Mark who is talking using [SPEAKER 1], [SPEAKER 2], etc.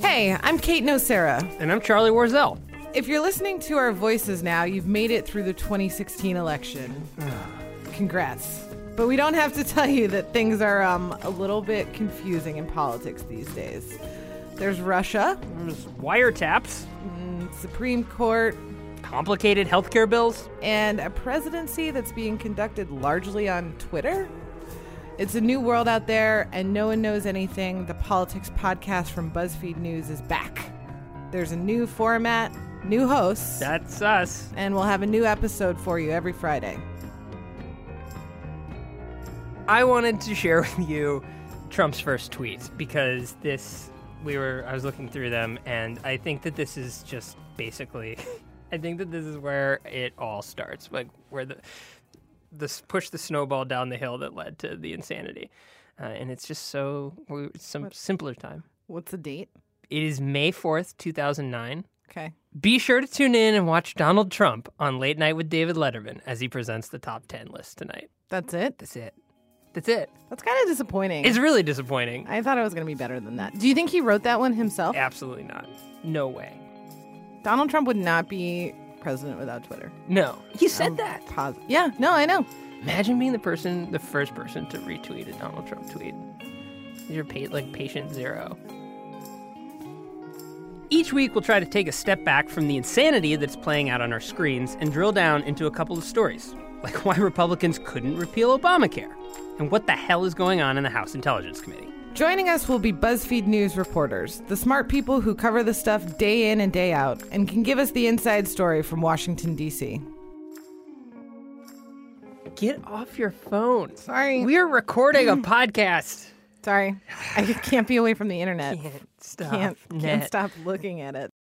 [SPEAKER 1] Hey, I'm Kate Nocera.
[SPEAKER 2] And I'm Charlie Warzel.
[SPEAKER 1] If you're listening to our voices now, you've made it through the 2016 election. Congrats. But we don't have to tell you that things are um, a little bit confusing in politics these days. There's Russia,
[SPEAKER 2] There's wiretaps,
[SPEAKER 1] Supreme Court,
[SPEAKER 2] complicated healthcare bills.
[SPEAKER 1] and a presidency that's being conducted largely on Twitter. It's a new world out there, and no one knows anything. The politics podcast from BuzzFeed News is back. There's a new format, new hosts.
[SPEAKER 2] That's us.
[SPEAKER 1] and we'll have a new episode for you every Friday.
[SPEAKER 2] I wanted to share with you Trump's first tweets because this we were I was looking through them and I think that this is just basically I think that this is where it all starts. Like where the this push the snowball down the hill that led to the insanity. Uh, and it's just so we- some simpler time.
[SPEAKER 1] What's the date?
[SPEAKER 2] It is May 4th, 2009.
[SPEAKER 1] Okay.
[SPEAKER 2] Be sure to tune in and watch Donald Trump on Late Night with David Letterman as he presents the top 10 list tonight.
[SPEAKER 1] That's it.
[SPEAKER 2] That's it. That's it.
[SPEAKER 1] That's kind of disappointing.
[SPEAKER 2] It's really disappointing.
[SPEAKER 1] I thought it was going to be better than that. Do you think he wrote that one himself?
[SPEAKER 2] Absolutely not. No way.
[SPEAKER 1] Donald Trump would not be president without Twitter.
[SPEAKER 2] No. Um, He said that.
[SPEAKER 1] Pos- yeah, no, I know.
[SPEAKER 2] Imagine being the person, the first person to retweet a Donald Trump tweet. You're pa- like patient zero. Each week, we'll try to take a step back from the insanity that's playing out on our screens and drill down into a couple of stories, like why Republicans couldn't repeal Obamacare, and what the hell is going on in the House Intelligence Committee.
[SPEAKER 1] Joining us will be BuzzFeed News reporters, the smart people who cover the stuff day in and day out and can give us the inside story from Washington, D.C.
[SPEAKER 2] Get off your phone.
[SPEAKER 1] Sorry.
[SPEAKER 2] We're recording a podcast.
[SPEAKER 1] Sorry, I can't be away from the internet.
[SPEAKER 2] Can't stop.
[SPEAKER 1] Can't, can't
[SPEAKER 2] net.
[SPEAKER 1] stop looking at it.